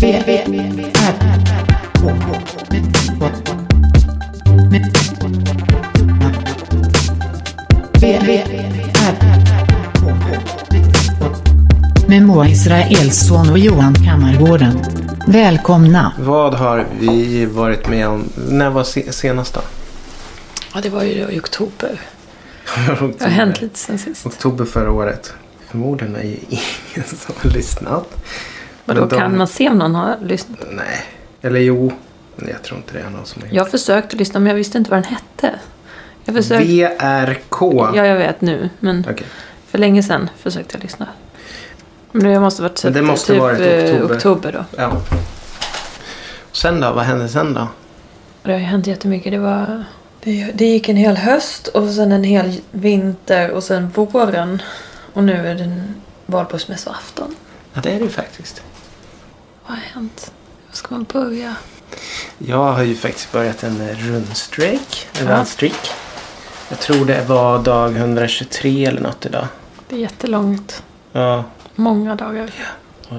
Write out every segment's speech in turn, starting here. V, V, V, R, R, K, K, Med K, Med K. V, V, V, R, R, K, K, Med K. Med Moa Israelsson och Johan Kammargården. Välkomna! Vad har vi varit med om? När var se- senast då? Ja, det var ju då i oktober. Det har hänt lite sen sist. Oktober förra året. Förmodligen är ju ingen som har lyssnat. Men då Men de- kan man se om någon har lyssnat. Nej. Eller jo. Men jag tror inte det är någon som har gjort Jag försökte lyssna men jag visste inte vad den hette. Jag det. försökte... VRK. Ja, jag vet nu. Men Okej. för länge sedan försökte jag lyssna. Men det måste varit Men typ, det måste typ varit i eh, oktober. oktober då. Ja. Och sen då? Vad hände sen då? Och det har ju hänt jättemycket. Det var... Det, det gick en hel höst och sen en hel vinter och sen våren. Och nu är det valborgsmässoafton. Ja, det är det ju faktiskt. Vad har hänt? Var ska man börja? Jag har ju faktiskt börjat en eh, rundstrejk. En Ja. rundstrejk. Jag tror det var dag 123 eller något idag. Det är jättelångt. Ja. Många dagar.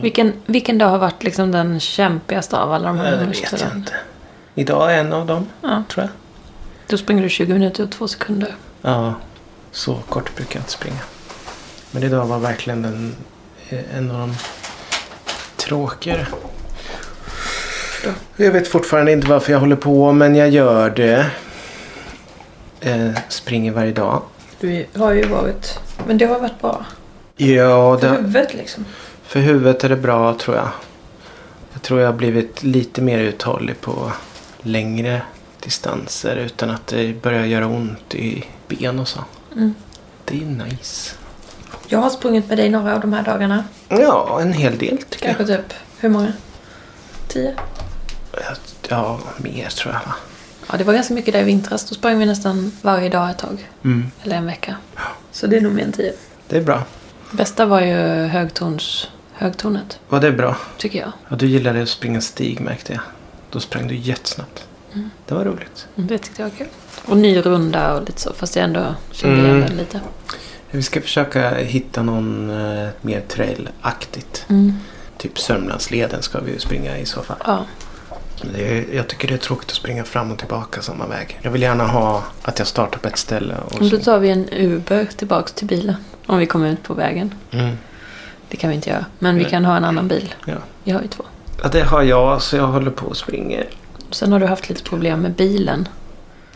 Vilken, vilken dag har varit liksom den kämpigaste av alla de Nej, här? det vet höstarna? jag inte. Idag är en av dem, Ja. tror jag. Då springer du 20 minuter och två sekunder. Ja, så kort brukar jag inte springa. Men idag var verkligen den, eh, en av de tråkigare. Jag vet fortfarande inte varför jag håller på, men jag gör det. Eh, springer varje dag. Du har ju varit... Men det har varit bra. Ja, För det, huvudet liksom. för huvudet är det bra tror jag. Jag tror jag har blivit lite mer uthållig på längre distanser utan att det börjar göra ont i ben och så. Mm. Det är nice. Jag har sprungit med dig några av de här dagarna. Ja, en hel del tycker jag. Kanske typ... Hur många? Tio? Ja, mer tror jag va. Ja, det var ganska mycket där i vintras. Då sprang vi nästan varje dag ett tag. Eller en vecka. Så det är nog mer än tio. Det är bra. Bästa var ju högtorns, högtornet, Var det bra? tycker jag. Ja, du gillade att springa stig märkte jag. Då sprang du jättesnabbt. Det var roligt. Mm. Det tyckte jag var kul. Och ny runda och lite så, fast jag ändå kände igen Mm. den lite. Vi ska försöka hitta någon eh, mer trailaktigt. Mm. Typ Sörmlandsleden ska vi ju springa i så fall. Ja. Det är, jag tycker det är tråkigt att springa fram och tillbaka samma väg. Jag vill gärna ha att jag startar på ett ställe och Och då så. tar vi en Uber tillbaks till bilen. Om vi kommer ut på vägen. Mm. Det kan vi inte göra. Men vi Nej. kan ha en annan bil. Ja. Vi har ju två. ja, det har jag så jag håller på och springer. Sen har du haft lite problem med bilen.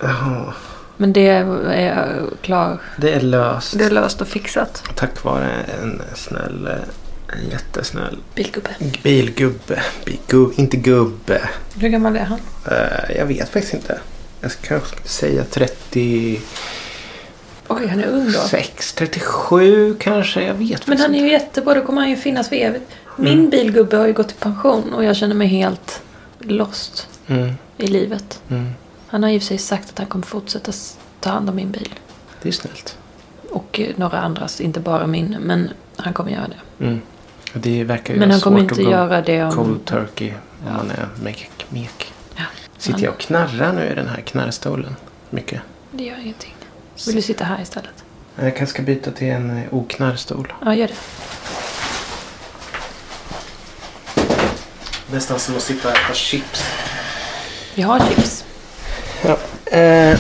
Jaha, Men det är klar. det är löst. är löst och fixat. Tack vare en snäll, eh, en jättesnäll Bilgubbe. Bilgubbe. Bilgubbe. Inte gubbe. Hur gammal är han? Eh, jag vet faktiskt inte. Jag ska kanske säga 36, Oj, han är ung då. 37 kanske. Jag vet Men faktiskt han är inte. ju jättebra. Då kommer han ju finnas för evigt. Min Mm. bilgubbe har ju gått i pension och jag känner mig helt lost Mm, i livet. mm. Han har i och för sig sagt att han kommer fortsätta s- ta hand om min bil. Det är snällt. Och eh, några andras, inte bara min. Men han kommer göra det. Mm. Det verkar ju Men vara han kommer svårt inte att gå göra det om... cold turkey om man är mek- mek. Ja. Sitter Han- jag och knarrar nu i den här knarrstolen? Mycket. Det gör ingenting. Vill du sitta här istället? Jag kanske ska byta till en eh, oknarrstol. Ja, gör det. Nästan som att sitta och äta chips. Vi har chips. Eh,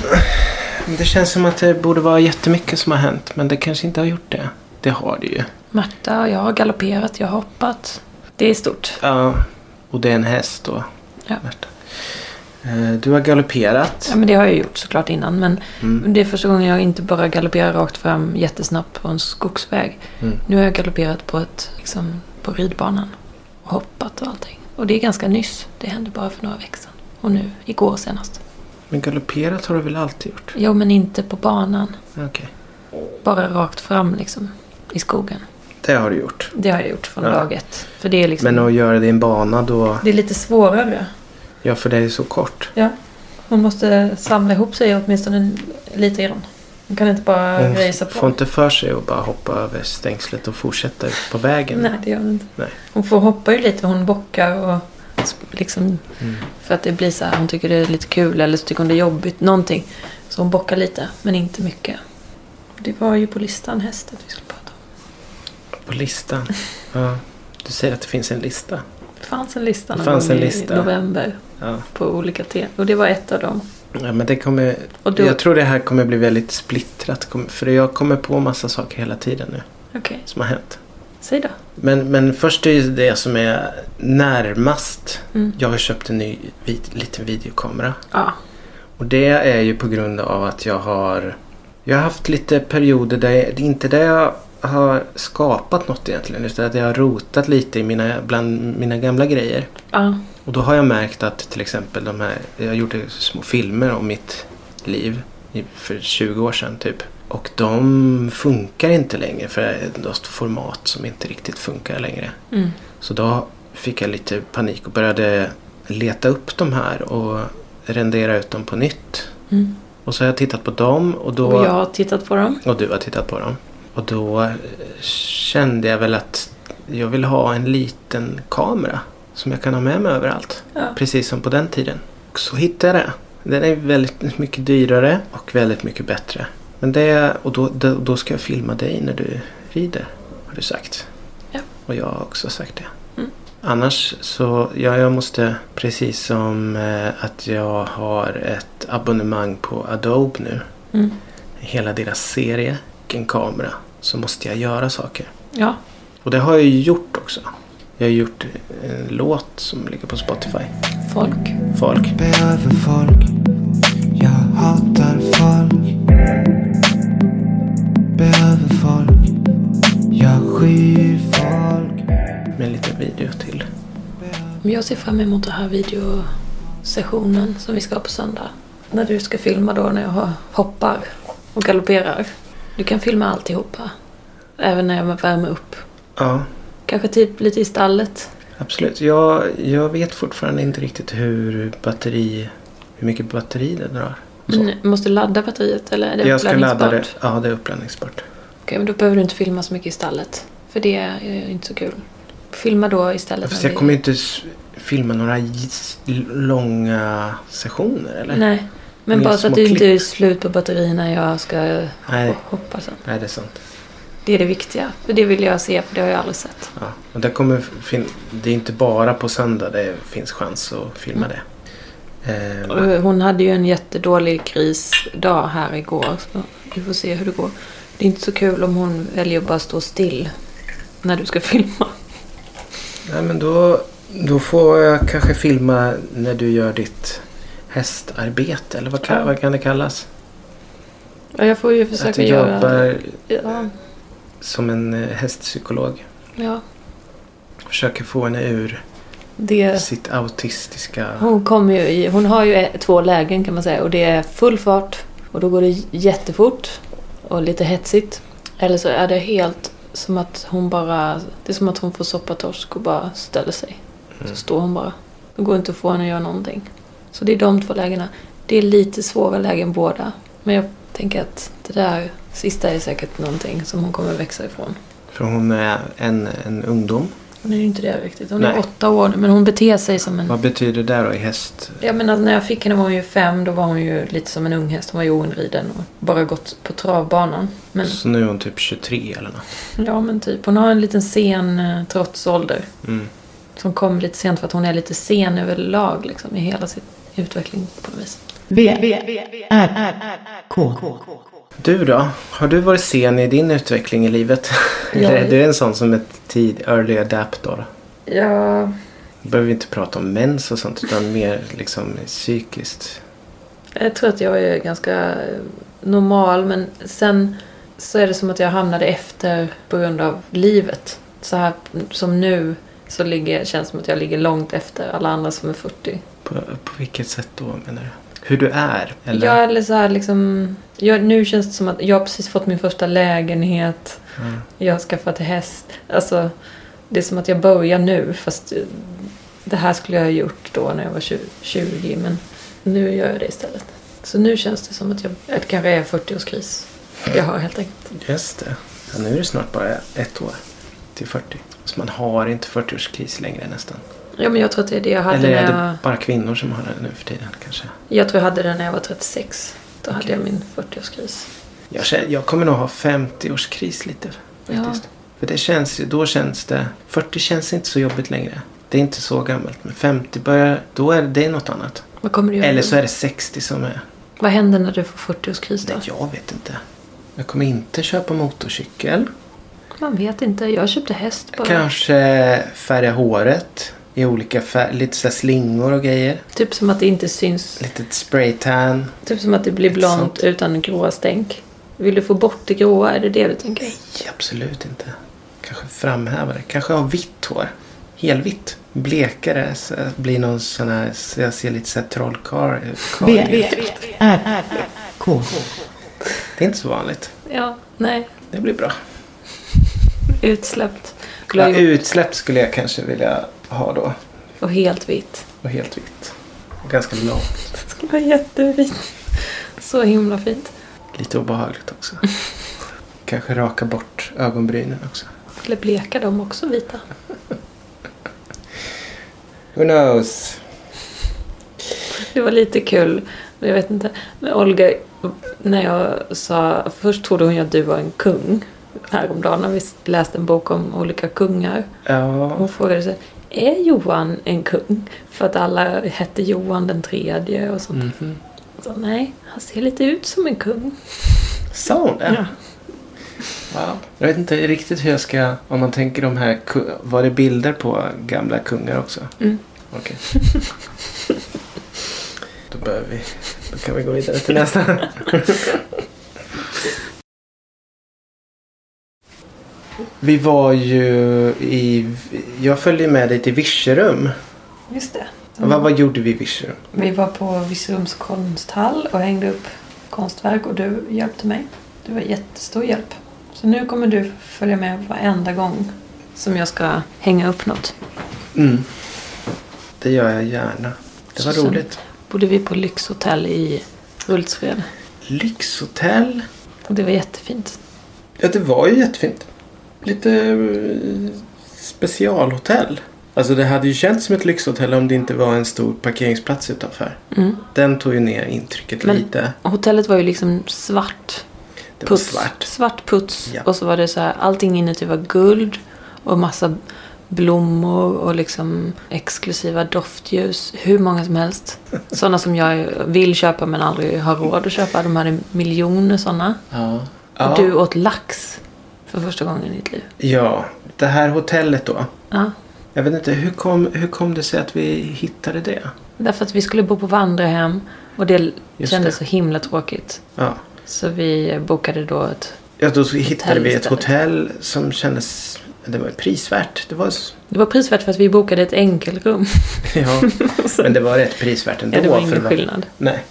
det känns som att det borde vara jättemycket som har hänt, men det kanske inte har gjort det. Det har det ju. Marta och jag har galopperat, jag har hoppat. Det är stort. Ja, och det är en häst då. Ja. Märta. Eh, du har galopperat. Mm. Ja, men det har jag gjort såklart innan. Men det är första gången jag inte bara galopperar rakt fram jättesnabbt på en skogsväg. Mm. Nu har jag galopperat på, ett, liksom, på ridbanan. Och hoppat och allting. Och det är ganska nyss. Det hände bara för några veckor sedan. Och nu, igår senast. Men galopperat har du väl alltid gjort? Jo, men inte på banan. Okej. Bara rakt fram liksom. I skogen. Det har du gjort. Det har jag gjort från Ja. dag ett. För det är liksom... Men att göra det i en bana då... Det är lite svårare. Ja, för det är så kort. Ja. Hon måste samla ihop sig åtminstone lite grann. Hon kan inte bara Hon resa f- Mm. får på. inte för sig att bara hoppa över stängslet och fortsätta ut på vägen. Nej, det gör hon inte. Nej. Hon får hoppa ju lite. Hon bockar och sp- liksom... Mm. För att det blir så här, hon tycker det är lite kul eller så tycker hon det är jobbigt. Någonting. Så hon bockar lite, men inte mycket. Det var ju på listan hästet vi skulle prata om. På listan. Ja. Du säger att det finns en lista. fanns en lista Det någon fanns gång en i lista. november Ja. på olika teman. Och det var ett av dem. Ja, men det kommer, Och då, Jag tror det här kommer bli väldigt splittrat. kom- För jag kommer på massa saker hela tiden nu Okej, som har hänt. säg då. Men, men först är ju det som är närmast. Mm. Jag har köpt en ny vid, liten videokamera. Ja. Och det är ju på grund av att jag har Jag har haft lite perioder där jag, inte där jag har skapat något egentligen utan att jag har rotat lite i mina, bland mina gamla grejer. ja. Och då har jag märkt att till exempel de här, jag gjorde små filmer om mitt liv i- för 20 år sedan typ. Och de funkar inte längre för det är något format som inte riktigt funkar längre. Mm. Så då fick jag lite panik och började leta upp de här och rendera ut dem på nytt. Mm. Och så har jag tittat på dem och då... Och jag har tittat på dem. och du har tittat på dem. Och då eh, kände jag väl att jag vill ha en liten kamera som jag kan ha med mig överallt. Ja. Precis som på den tiden. Och så hittade jag det. Den är väldigt mycket dyrare och väldigt mycket bättre. Men det, och då, då, då ska jag filma dig när du rider, har du sagt. Ja. Och jag har också sagt det. Mm. Annars så, ja, jag måste, precis som eh, att jag har ett abonnemang på Adobe nu Mm. hela deras serie och en kamera så måste jag göra saker. Ja. Och det har jag ju gjort också. Jag har gjort en låt som ligger på Spotify. Folk. Folk. behöver folk Jag hatar folk Behöver folk Jag skyr folk Med en liten video till. Men jag ser fram emot den här videosessionen som vi ska ha på söndag. När du ska filma då när jag har- hoppar och galopperar. Du kan filma alltihopa. Även när jag värmer upp. Ja, Kanske typ lite i stallet. absolut. Jag, jag vet fortfarande inte riktigt hur batteri... Hur mycket batteri det drar. Så. Mm, måste ladda batteriet eller är det jag ska ladda det. uppladdningsbart? Ja, det är uppladdningsbart. Okej, men då behöver du inte filma så mycket i stallet. För det är ju inte så kul. Filma då istället. Fast när jag vi- kommer ju inte s- filma några j- långa sessioner, eller? Nej. Men Mer bara så att små du inte klipp. är slut på batterier när jag ska Nej, hoppa sen. nej det är sant. Det är det viktiga. För det vill jag se, för det har jag aldrig sett. Ja, och det, kommer fin- det är inte bara på söndag det finns chans att filma Mm. det. Och Ehm, Hon hade ju en jättedålig krisdag här igår. Så vi får se hur det går. Det är inte så kul om hon väljer att bara stå still när du ska filma. nej, men då, då får jag kanske filma när du gör ditt hästarbete, eller vad, ka- Ja. vad kan det kallas? Ja, jag får ju Att du försöka göra... jobbar Ja, som en eh, hästpsykolog. ja. Försöker få henne ur Det... sitt autistiska... Hon, kommer ju i, hon har ju eh, två lägen kan man säga och det är full fart och då går det jättefort och lite hetsigt. Eller så är det helt som att hon bara... Det är som att hon får soppatorsk och bara ställer sig. Så står hon bara. Det går inte att få henne att göra någonting. Så det är de två lägena. Det är lite svåra lägen båda. Men jag tänker att det där sista är säkert någonting som hon kommer växa ifrån. För hon är en, en ungdom. Hon är ju inte det riktigt. Hon är Nej. åtta år nu, men hon beter sig som en... Vad betyder det då i häst? Ja men alltså, när jag fick henne var hon ju fem, då var hon ju lite som en ung häst. Hon var ju oinriden och bara gått på travbanan. Men Så nu är hon typ 23 eller något. ja men typ, hon har en liten sen eh, trotsålder. Mm. Som kom lite sent för att hon är lite sen överlag liksom i hela sin utveckling på något vis. V, V, V, R, R, R, K. Du då? Har du varit sen i din utveckling i livet? Ja. Eller är du en sån som är tid, early adapter? Ja, Då behöver vi inte prata om mens och sånt utan mer liksom psykiskt. jag tror att jag är ganska eh, normal men sen så är det som att jag hamnade efter på grund av livet. Så här som nu så ligger, känns det som att jag ligger långt efter alla andra som är 40. På, på vilket sätt då menar du? Hur du är? Eller? Ja, eller så här liksom... Jag, nu känns det som att jag har precis fått min första lägenhet. Mm. Jag har skaffat häst. Alltså, det är som att jag börjar nu. Fast eh, det här skulle jag ha gjort då när jag var 20, 20 men nu gör jag det istället. Så nu känns det som att jag att kanske är 40-årskris. Jag har helt enkelt. Just det. Ja, nu är det snart bara ett år till 40. Så man har inte 40-årskris längre nästan. Ja, men jag tror att det är det jag hade Eller är när jag... det bara kvinnor som har det nu för tiden kanske? Jag tror jag hade det när jag var 36. Då hade Okej. jag min 40-årskris. Jag, känner, jag kommer nog ha 50-årskris lite faktiskt. För det känns ju, då känns det, 40 känns inte så jobbigt längre. Det är inte så gammalt. Men 50 börjar, då är det, det är något annat. Vad kommer du göra? Eller Eller så är det 60 som är... Vad händer när du får 40-årskris då? Nej, jag vet inte. Jag kommer inte köpa motorcykel. Man vet inte. Jag köpte häst bara. Kanske färga håret i olika färger. Lite så här slingor och grejer. Typ som att det inte syns. Litet spraytan. Typ som att det blir blont Sant. utan gråa stänk. Vill du få bort det gråa? Är det det du tänker? Nej, absolut inte. Kanske framhäva det. Kanske ha vitt hår. Helvitt. Blekare. Så jag blir någon sån här... Så jag ser lite så här trollkarl karl B, ut. R, K. Det är inte så vanligt. Ja, nej. Det blir bra. Utsläppt. Ja, Glöj utsläpp skulle jag kanske vilja ha då. och helt vitt. Och helt vitt. Och ganska långt. Det skulle vara jättefint. Så himla fint. Lite obehagligt också. Kanske raka bort ögonbrynen också. Eller bleka dem också vita. Who knows? Det var lite kul. Jag vet inte. Men Olga, när jag sa... Först trodde hon ju att du var en kung. Häromdagen när vi läste en bok om olika kungar. Ja, Hon frågade sig, är Johan en kung? För att alla hette Johan den tredje och sånt. Mm-hmm. Så, nej, han ser lite ut som en kung. sa hon det? Wow. Jag vet inte riktigt hur jag ska... Om man tänker de här... ku- Var det bilder på gamla kungar också? Mm. Okej. då behöver vi... Då kan vi gå vidare till nästa. vi var ju i... Jag följde med dig till Virserum. Just det. Vad, vad gjorde vi i Virserum? Vi var på Virserums konsthall och hängde upp konstverk och du hjälpte mig. Du var jättestor hjälp. Så nu kommer du följa med varenda gång som jag ska hänga upp något. Mm. Det gör jag gärna. Det var Så sen- roligt. Bodde vi på lyxhotell i Hultsfred. Lyxhotell. Och det var jättefint. Ja, det var ju jättefint. Lite eh, specialhotell. Alltså det hade ju känts som ett lyxhotell om det inte var en stor parkeringsplats utanför. Mm. Den tog ju ner intrycket Men- lite. Och Hotellet var ju liksom svart Det var puts. svart. puts. Ja. Och så var det så här, allting inuti var guld och massa blommor och liksom exklusiva doftljus. Hur många som helst. Sådana som jag vill köpa men aldrig har råd att köpa. De hade miljoner sådana. Ja. Och Ja. du åt lax för första gången i ditt liv. ja, det här hotellet då. Ja. Jag vet inte, hur kom, hur kom det sig att vi hittade det? Därför att vi skulle bo på vandrarhem och det Just kändes det. så himla tråkigt. Ja. Så vi bokade då ett... Ja, då så hittade Hotell vi ett istället. hotell som kändes... Det var ju prisvärt. Det var, s- Det var prisvärt för att vi bokade ett enkelrum. ja, Så- men det var rätt prisvärt ändå. Ja, det var för ingen vad- skillnad. Nej.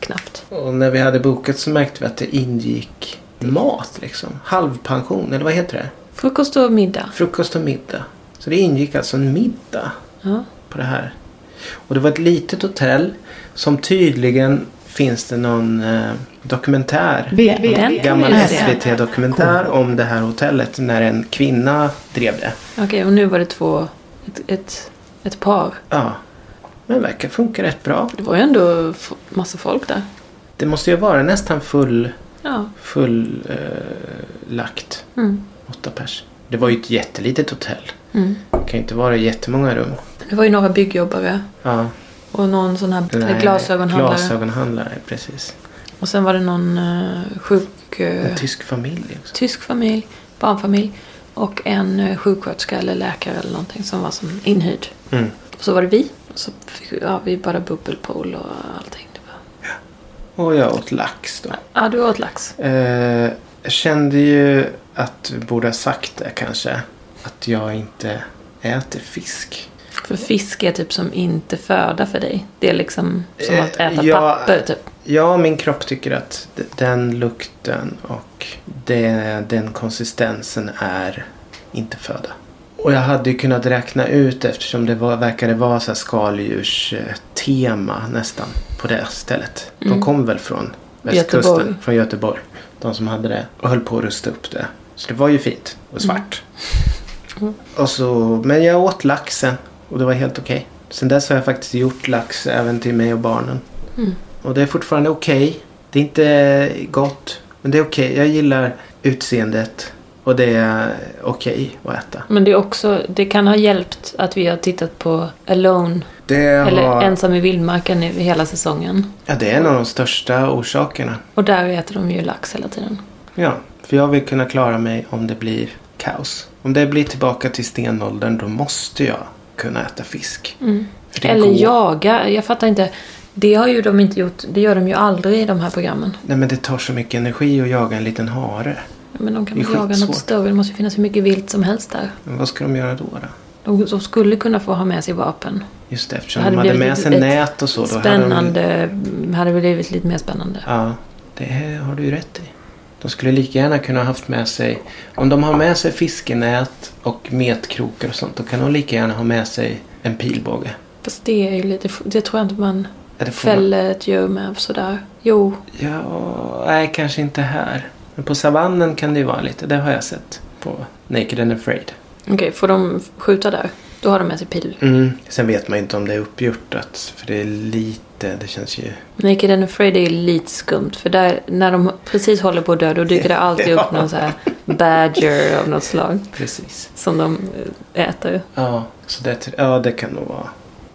Knappt. Och när vi hade bokat så märkte vi att det ingick mat liksom. Halvpension, eller vad heter det? Frukost och middag. Frukost och middag. Så det ingick alltså en middag Ja. på det här. Och det var ett litet hotell som tydligen finns det någon eh, dokumentär. B, Den kan vi Gammal ju S. se. SVT-dokumentär om det här hotellet när en kvinna drev det. Okej, och nu var det två... Ett, ett, ett par. Ja. Men det verkar funka rätt bra. Det var ju ändå f- massa folk där. Det måste ju vara nästan full, Ja. full eh, lagt. Mm. Åtta pers. Det var ju ett jättelitet hotell. Mm. Det kan ju inte vara jättemånga rum. Det var ju några byggjobbare. Ja. Och någon sån här eh, den här glasögonhandlare. Glasögonhandlare, precis. Och sen var det någon eh, sjuk... eh, En tysk familj också. tysk familj. Barnfamilj. Och en uh, sjuksköterska eller läkare eller någonting som var som inhyrd. Mm. Och så var det vi. Och så fick vi, ja, vi bara bubbelpool och allting. Det var... Och jag åt lax då. Ja, du åt lax. Eh, jag kände ju att du borde ha sagt det kanske. Att jag inte äter fisk. För fisk är typ som inte föda för dig. Det är liksom som Eh, att äta ja. papper typ. Ja, min kropp tycker att d- den lukten och det, den konsistensen är inte föda. Och jag hade ju kunnat räkna ut eftersom det var, verkade vara så här skaldjurstema nästan på det stället. De kom väl från västkusten, Mm. Göteborg. från Göteborg. De som hade det och höll på att rusta upp det. Så det var ju fint och Mm. svart. Och så, men jag åt laxen och det var helt okej. Sen dess har jag faktiskt gjort lax även till mig och barnen. Mm. Och det är fortfarande okej. Det är inte gott. Men det är okej. Jag gillar utseendet. Och det är okej att äta. Men det, är också, det kan ha hjälpt att vi har tittat på Alone, Det, eller har, Ensam i vildmarken nu hela säsongen. ja, det är en av de största orsakerna. Och där äter de ju lax hela tiden. Ja, för jag vill kunna klara mig om det blir kaos. Om det blir tillbaka till stenåldern då måste jag kunna äta fisk. För det Mm. Eller går- jaga, jag fattar inte. Det har ju de inte gjort, det gör de ju aldrig i de här programmen. Nej men det tar så mycket energi att jaga en liten hare. Men de kan Det är väl jaga något skitsvårt. större, det måste ju finnas hur mycket vilt som helst där. Men vad ska de göra då? då? De, de skulle kunna få ha med sig vapen. Just det, eftersom Det hade de hade blivit med sig ett nät och så. Då Hade de, Spännande, hade blivit lite mer spännande. ja, det här har du ju rätt i. De skulle lika gärna kunna ha haft med sig... Om de har med sig fiskenät och metkrokar och sånt då kan de lika gärna ha med sig en pilbåge. Fast det är ju lite, det tror jag inte man Ja, det får man- fäller ett djur med sådär. Jo, Ja, nej kanske inte här. Men på savannen kan det ju vara lite. Det har jag sett på Naked and Afraid. okej, får de skjuta där? Då har de med sig pil. Mm. Sen vet man ju inte om det är uppgjortat. För det är lite, det känns ju... Naked and Afraid är lite skumt för där, när de precis håller på att dö då dyker det alltid upp någon så här badger av något slag Precis. som de eh, äter. Ja, så det, ja, det kan nog vara.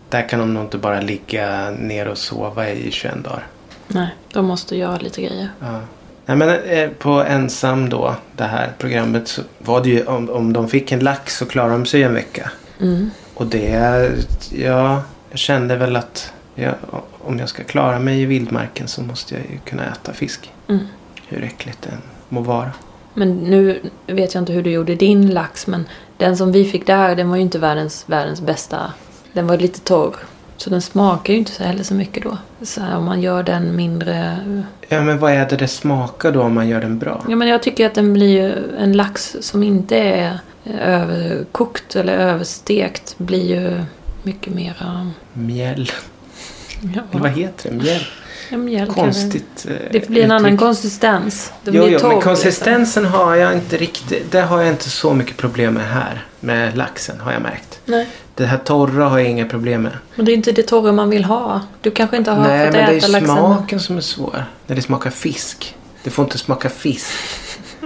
Där kan de nog inte bara ligga ner och sova i 21 dagar. Nej, de måste göra lite grejer. Ja. Nej, men eh, på Ensam då, det här programmet, så var det ju om, om de fick en lax så klarade de sig en vecka. Mm. Och det, ja, jag kände väl att jag, om jag ska klara mig i vildmarken så måste jag ju kunna äta fisk. Mm. Hur äckligt det än må vara. Men nu vet jag inte hur du gjorde din lax men den som vi fick där den var ju inte världens, världens bästa. Den var lite torr. Så den smakar ju inte så heller så mycket då. Så här, om man gör den mindre... eh, Ja, men vad är det det smakar då om man gör den bra? Ja men jag tycker att den blir ju... En lax som inte är eh, överkokt eller överstekt blir ju mycket eh, mera... Mjäll. Eller Ja, vad heter det? Mjäll? ja mjäll kan Konstigt. eh, Det Det blir en annan uttryck. konsistens. Den Jo, blir jo, torr, men liksom. konsistensen har jag inte riktigt. Det har jag inte så mycket problem med här. Med laxen har jag märkt. Nej. Det här torra har jag inga problem med. Men det är inte det torra man vill ha. Du kanske inte har Nej, fått men det är äta ju laxen. smaken som är svår. När det smakar fisk. Det får inte smaka fisk.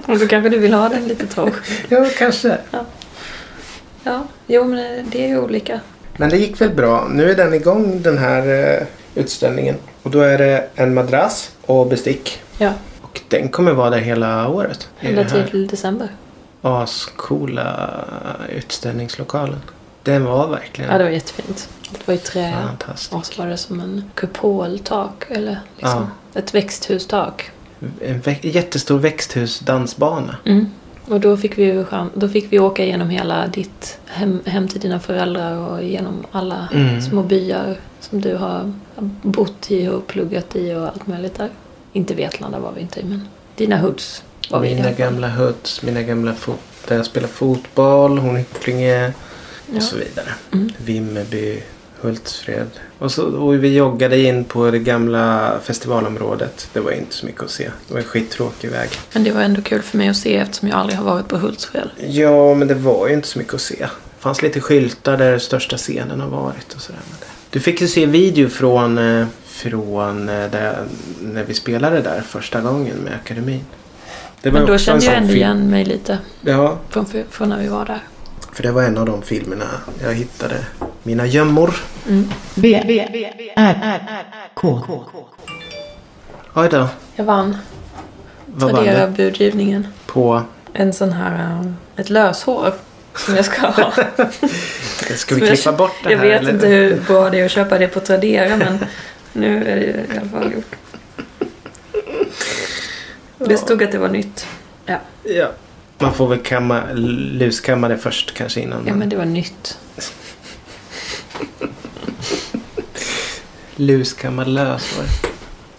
Och då kanske du vill ha den lite torr. Ja, kanske. Ja, jo men eh, det är ju olika. Men det gick väl bra. Nu är den igång den här eh, utställningen. Och då är det en madrass och bestick. Ja, Och den kommer vara där hela året. I ända den här till december. ascoola utställningslokalen. Den var verkligen Ja, det var jättefint. Det var ju trä fantastisk. och så var det som en kupoltak eller liksom ett växthustak. En vä- jättestor växthusdansbana. Mm. Och då fick, vi ju chans, då fick vi åka genom hela ditt hem, hem till dina föräldrar och genom alla Mm. små byar som du har bott i och pluggat i och allt möjligt där. Inte Vetlanda var vi inte i, men dina hoods var vi i. Mina där. gamla hoods, mina gamla fot där jag spelar fotboll, Hornhycklinge Ja. och så vidare. Mm. Vimmerby, Hultsfred. Och, så, och vi joggade in på det gamla festivalområdet. Det var inte så mycket att se. Det var en skittråkig väg. Men det var ändå kul för mig att se eftersom jag aldrig har varit på Hultsfred. Ja, men det var ju inte så mycket att se. Det fanns lite skyltar där största scenen har varit och sådär. Men det- Du fick ju se video från, eh, från eh, där, när vi spelade där första gången med akademin. Det Men ju då också en kände jag sån ändå film. igen mig lite Ja, från, från när vi var där. för det var en av de filmerna jag hittade. Mina gömmor. Mm. B, B, B, R, R, R, K, K, K. Oj då, Jag vann vad var Tradera det? budgivningen. På... En sån här, um, ett löshår som jag ska ha. Ska vi Men jag- klippa bort det här? jag vet eller? inte hur bra det är att köpa det på Tradera men nu är det ju i alla fall gjort. Det stod att det var nytt. Ja. Man får väl kamma, luskamma det först kanske innan Ja man- men det var nytt. Luskammarlös var det.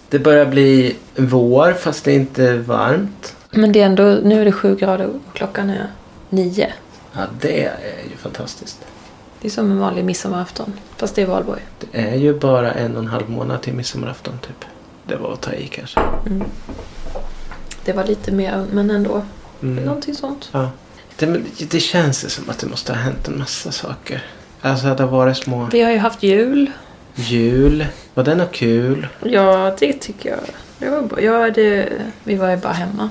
Det börjar bli vår fast det är inte varmt. Men det är ändå, nu är det sju grader och klockan är nio. Ja, det är ju fantastiskt. Det är som en vanlig midsommarafton fast det är valborg. Det är ju bara en och en halv månad till midsommarafton typ. Det var att ta i kanske. Mm. Det var lite mer men ändå. Mm. Någonting sånt. Ja. Det, men det känns ju som att det måste ha hänt en massa saker. Alltså att det har varit små Vi har ju haft jul. jul. Var det något kul? Ja, det tycker jag. Det var bra. Jag hade, vi var ju bara hemma.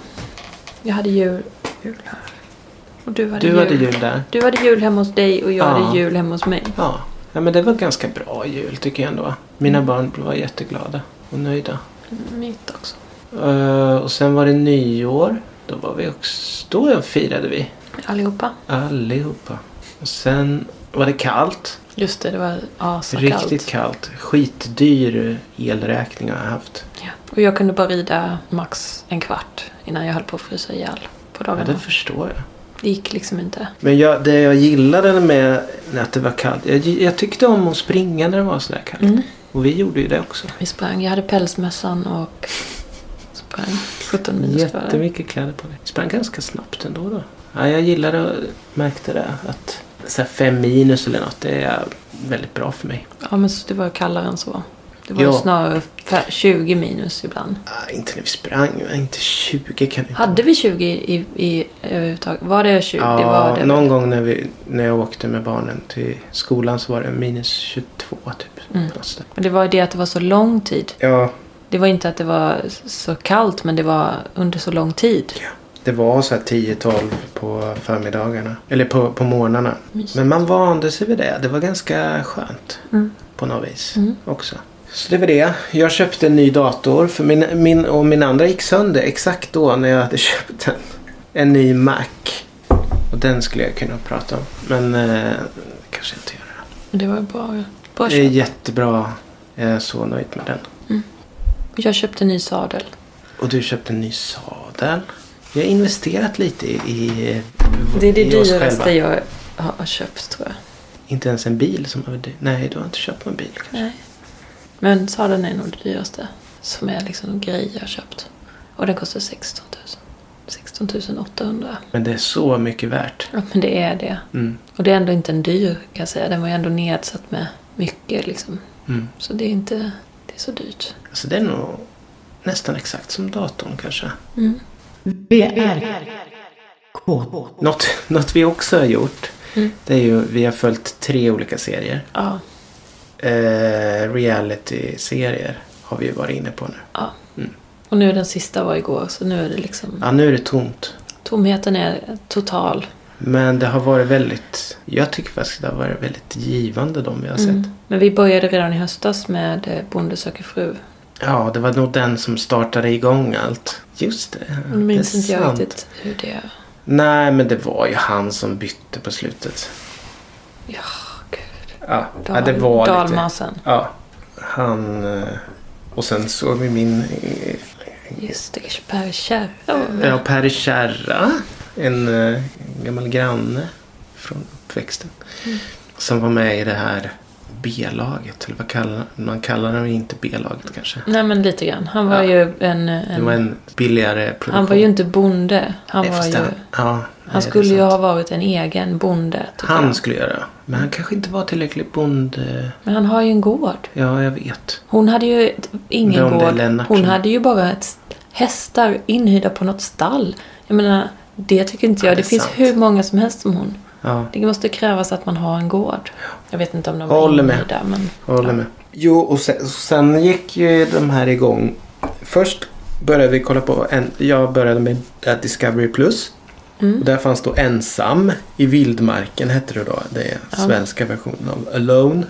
Jag hade jul, jul här. Och du hade, Du jul. hade jul där. Du hade jul hemma hos dig och jag Ja. hade jul hemma hos mig. Ja. ja, men det var ganska bra jul tycker jag ändå. Mina barn var jätteglada och nöjda. Mitt också. Eh, och sen var det nyår. Då var vi också... Då firade vi. Allihopa. Allihopa. Och sen var det kallt. Just det, det var asakallt. Riktigt kallt. Skitdyr elräkning har jag haft. Ja. Och jag kunde bara rida max en kvart innan jag höll på att frysa ihjäl Ja, på dagarna. det förstår jag. det gick liksom inte. Men jag, det jag gillade med att det var kallt. Jag, jag tyckte om att springa när det var sådär kallt. Mm. Och vi gjorde ju det också. Vi sprang. Jag hade pälsmössan och sprang 17 minus var det. Jättemycket kläder på dig. Sprang ganska snabbt ändå då. Ja, jag gillade och märkte det. Att så här fem minus eller något, det är väldigt bra för mig. Ja, men så det var kallare än så. Det var Ja. ju snarare fe- 20 minus ibland. Ah, inte när vi sprang, men inte 20 kan vi Hade vi 20 i, i överhuvudtaget? Var det 20? det var det. någon gång när, vi, när jag åkte med barnen till skolan så var det minus 22 typ. Mm. Något sådär. Men det var ju det att det var så lång tid. Ja, Det var inte att det var så kallt, men det var under så lång tid. det var så här 10-12 på förmiddagarna. Eller på, på morgnarna. Men man vande sig vid det. Det var ganska skönt. Mm. På något vis Mm. också. Så det var det. Jag köpte en ny dator. För min, min, och min andra gick sönder exakt då när jag hade köpt den. En ny Mac. Och den skulle jag kunna prata om. Men eh, kanske inte göra. Men Det var ju bra. bra Det är köp. jättebra. Jag är så nöjd med den. Jag köpte en ny sadel. Och du köpte en ny sadel. Vi har investerat lite i, i Det är det i oss dyraste själva. jag har köpt, tror jag. Inte ens en bil som har varit dyr. Nej, du har inte köpt någon bil kanske. Nej. Men sadeln är nog det dyraste som är liksom en grej jag har köpt. Och den kostar 16 000. 16 800. Men det är så mycket värt. Ja, men det är det. Mm. Och det är ändå inte en dyr, kan jag säga. Den var ju ändå nedsatt med mycket, liksom. Mm. Så det är inte... Det är så dyrt. Alltså det är nog nästan exakt som datorn kanske. Mm. VR. K. Något, något vi också har gjort. Det är ju, vi har följt tre olika serier. Ja. Eh, Reality-serier har vi ju varit inne på nu. ja. Och nu den sista var igår, så nu är det liksom... Ja, nu är det tomt. Tomheten är total. Men det har varit väldigt, jag tycker faktiskt det har varit väldigt givande de vi har sett. Mm. Men vi började redan i höstas med eh, Bonde söker fru. Ja, det var nog den som startade igång allt. Just det. Nu minns det är inte jag sant. riktigt hur det är. Nej, men det var ju han som bytte på slutet. Ja, gud. Ja, Dal- ja det var lite. Dalmasen. Ja, han... eh, Och sen såg vi min... eh, Just det, Per Kärr. Ja, Per Kärra. En eh, gammal granne från uppväxten. Mm. Som var med i det här B-laget. Eller vad kallar man kallar det inte B-laget kanske. Nej men lite grann. Han Ja. var ju en... eh, en, Det var en billigare produktion. Mm. han var ju inte bonde. Han, Nej, var fast ju, han- ja, nej, det är han skulle ju sant. ha varit en egen bonde. tycker Han jag. skulle göra det. Men han kanske inte var tillräckligt bonde. Men han har ju en gård. Ja, jag vet. Hon hade ju ett- ingen Men om det är gård. Lennart Hon som- hade ju bara ett, st- hästar inhyrda på något stall. Jag menar, det tycker inte jag. Ja, det det är finns sant. hur många som helst som hon. Ja, Det måste krävas att man har en gård. Jag vet inte om de Håller var med. inhyrda men... jag håller med. Jo, och sen, sen gick ju de här igång. Först började vi kolla på en... Jag började med eh, Discovery Plus. mm. Och där fanns då Ensam i vildmarken hette det då. Det är svenska versionen av Alone.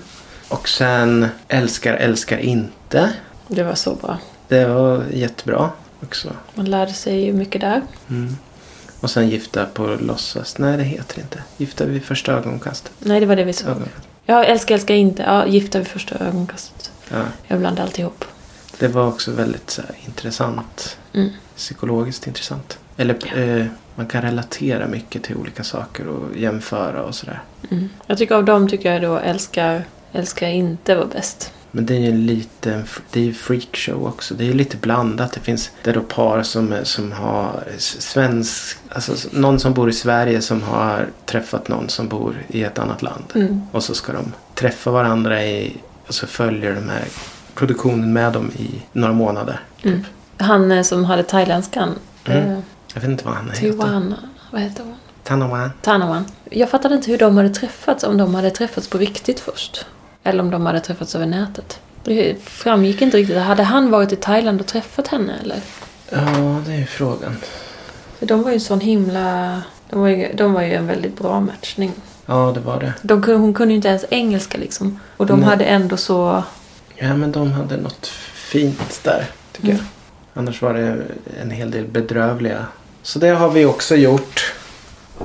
Och sen Älskar, älskar inte. Det var så bra. Det var jättebra också. Mm. Man lärde sig ju mycket där. Och sen Gifta på låtsas. Nej, det heter det inte. Gifta vid första ögonkastet. Nej, det var det vi såg. Ögonkastet. Ja, älskar, älskar inte. Ja, gifta vid första ögonkastet. Ja. Jag blandade alltihop. Det var också väldigt så här, intressant. Mm. Psykologiskt intressant. Eller eh, man kan relatera mycket till olika saker och jämföra och sådär. Mm. Jag tycker av dem tycker jag då älskar, älskar inte var bäst. Men det är ju en liten, det är ju freakshow också. Det är ju lite blandat. Det finns det är då par som, som har s- svensk, alltså s- någon som bor i Sverige som har träffat någon som bor i ett annat land. Och så ska de träffa varandra i, och så följer de här produktionen med dem i några månader. Han eh, som hade thailändskan. Mm. Eh, Jag vet inte vad han heter. Tijuana. Vad heter hon? Tanawan. Tanawan. Jag fattade inte hur de hade träffats. Om de hade träffats på riktigt först. Eller om de hade träffats över nätet. Det framgick inte riktigt. Hade han varit i Thailand och träffat henne eller? Ja, det är ju frågan. För de var ju en sån himla De var ju, de var ju en väldigt bra matchning. Ja, det var det. De, kunde- hon kunde ju inte ens engelska liksom. Och de Nej. hade ändå så... Ja, men de hade något fint där, tycker Mm. jag. Annars var det en hel del bedrövliga. Så det har vi också gjort.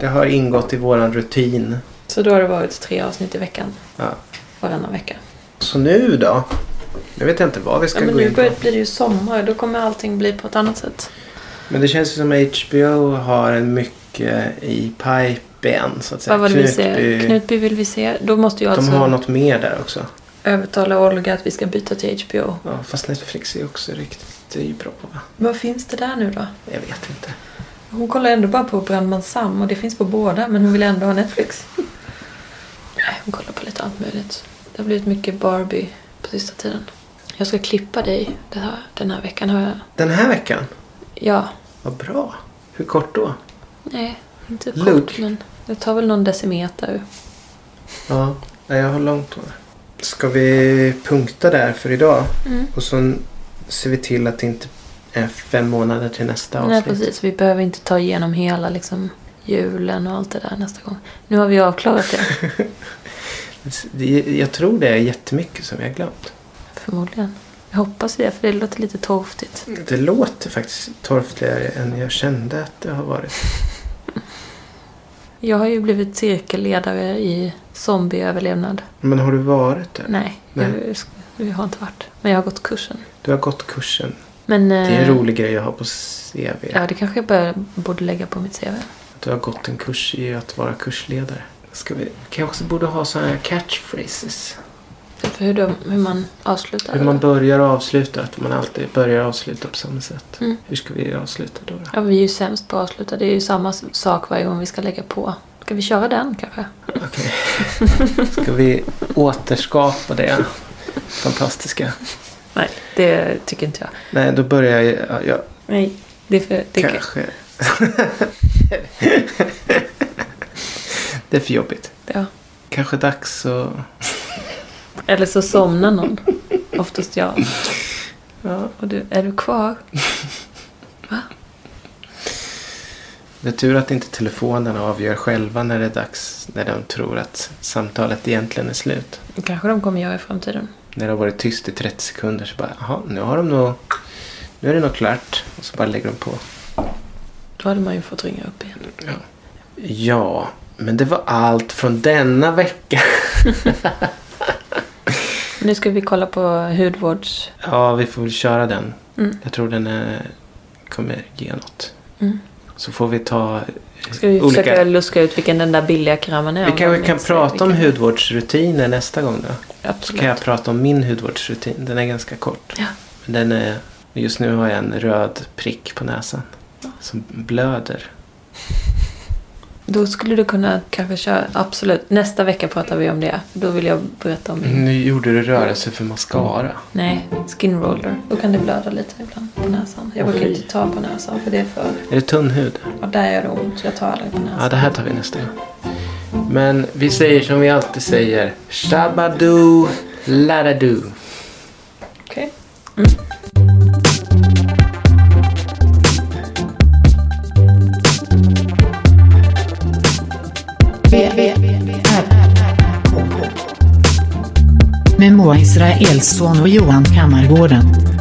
Det har ingått i våran rutin. Så då har det varit tre avsnitt i veckan. Ja. Varannan vecka. Så nu då? Nu vet jag inte vad vi ska Ja, men gå nu in på. börjar, blir det ju sommar. Då kommer allting bli på ett annat sätt. Men det känns ju som HBO har en mycket i pipen, så att säga. Vad var det vi Knutby- ser? Knutby vill vi se. Då måste jag De alltså har något mer där också. övertala Olga att vi ska byta till HBO. Ja, fast Netflix är också riktigt det är ju bra, va? Vad finns det där nu då? Jag vet inte. Hon kollar ändå bara på Brandman Sam och det finns på båda men hon vill ändå ha Netflix. Nej, hon kollar på lite allt möjligt. Det har blivit mycket Barbie på sista tiden. Jag ska klippa dig det här, den här veckan har jag... Den här veckan? Ja. Vad bra. Hur kort då? Nej, inte Luke. kort men... Det tar väl någon decimeter. Ja, nej, jag har långt hår. Ska vi punkta där för idag? Mm. Och så ser vi till att det inte är fem månader till nästa avsnitt. Nej precis, vi behöver inte ta igenom hela liksom julen och allt det där nästa gång. Nu har vi avklarat det. Det- Jag tror det är jättemycket som vi har glömt. Förmodligen. Jag hoppas det för det låter lite torftigt. Det låter faktiskt torftigare än jag kände att det har varit. Jag har ju blivit cirkelledare i zombieöverlevnad. Men har du varit där? Nej, Jag, jag har inte varit. Men jag har gått kursen. Du har gått kursen. Men, eh, Det är en rolig grej att ha på CV. Ja, det kanske jag bör, borde lägga på mitt CV. Du har gått en kurs i att vara kursledare. Ska vi kanske också borde ha sådana här catchphrases. För hur, de, hur man avslutar. Hur man börjar och avslutar. Att man alltid börjar och avslutar på samma sätt. Mm. Hur ska vi avsluta då? då? Ja, vi är ju sämst på att avsluta. Det är ju samma s- sak varje gång vi ska lägga på. Ska vi köra den kanske? Okej. Ska vi återskapa det fantastiska? Nej, det tycker inte jag. Nej, då börjar jag... ja, Jag Nej, det är för... Det är, kanske... det är för jobbigt. ja. Kanske dags att... Eller så somnar någon. Oftast jag. Ja. Och du, är du kvar? Det är tur att inte telefonerna avgör själva när det är dags. När de tror att samtalet egentligen är slut. Kanske de kommer göra i framtiden. När det har varit tyst i 30 sekunder så bara, jaha, nu har de nog... Nu är det nog klart. Och så bara lägger de på. Då hade man ju fått ringa upp igen. Ja, men det var allt från denna vecka. Nu ska vi kolla på hudvårds... Ja, vi får väl köra den. Mm. Jag tror den eh, kommer ge något. Mm. Så får vi ta eh, Ska vi olika... försöka luska ut vilken den där billiga krammen är? Vi om kanske de kan inte prata säger om vilken. hudvårdsrutiner nästa gång då. Så Absolut. kan jag prata om min hudvårdsrutin. Den är ganska kort. Ja. Men den är... Just nu har jag en röd prick på näsan. Som blöder. Då skulle du kunna kanske köra, absolut. Nästa vecka pratar vi om det. För då vill jag berätta om min. Nu gjorde du rörelse för mascara. Nej, skin roller. Då kan det blöda lite ibland på näsan. Jag brukar Oj. inte ta på näsan för det är för... Är det tunn hud? Ja, där gör det ont. Jag tar aldrig på näsan. Ja, det här tar vi nästa gång. Men vi säger som vi alltid säger. Shabadoo, ladadoo. Okej. Med Moa Israelsson och Johan Kammargården.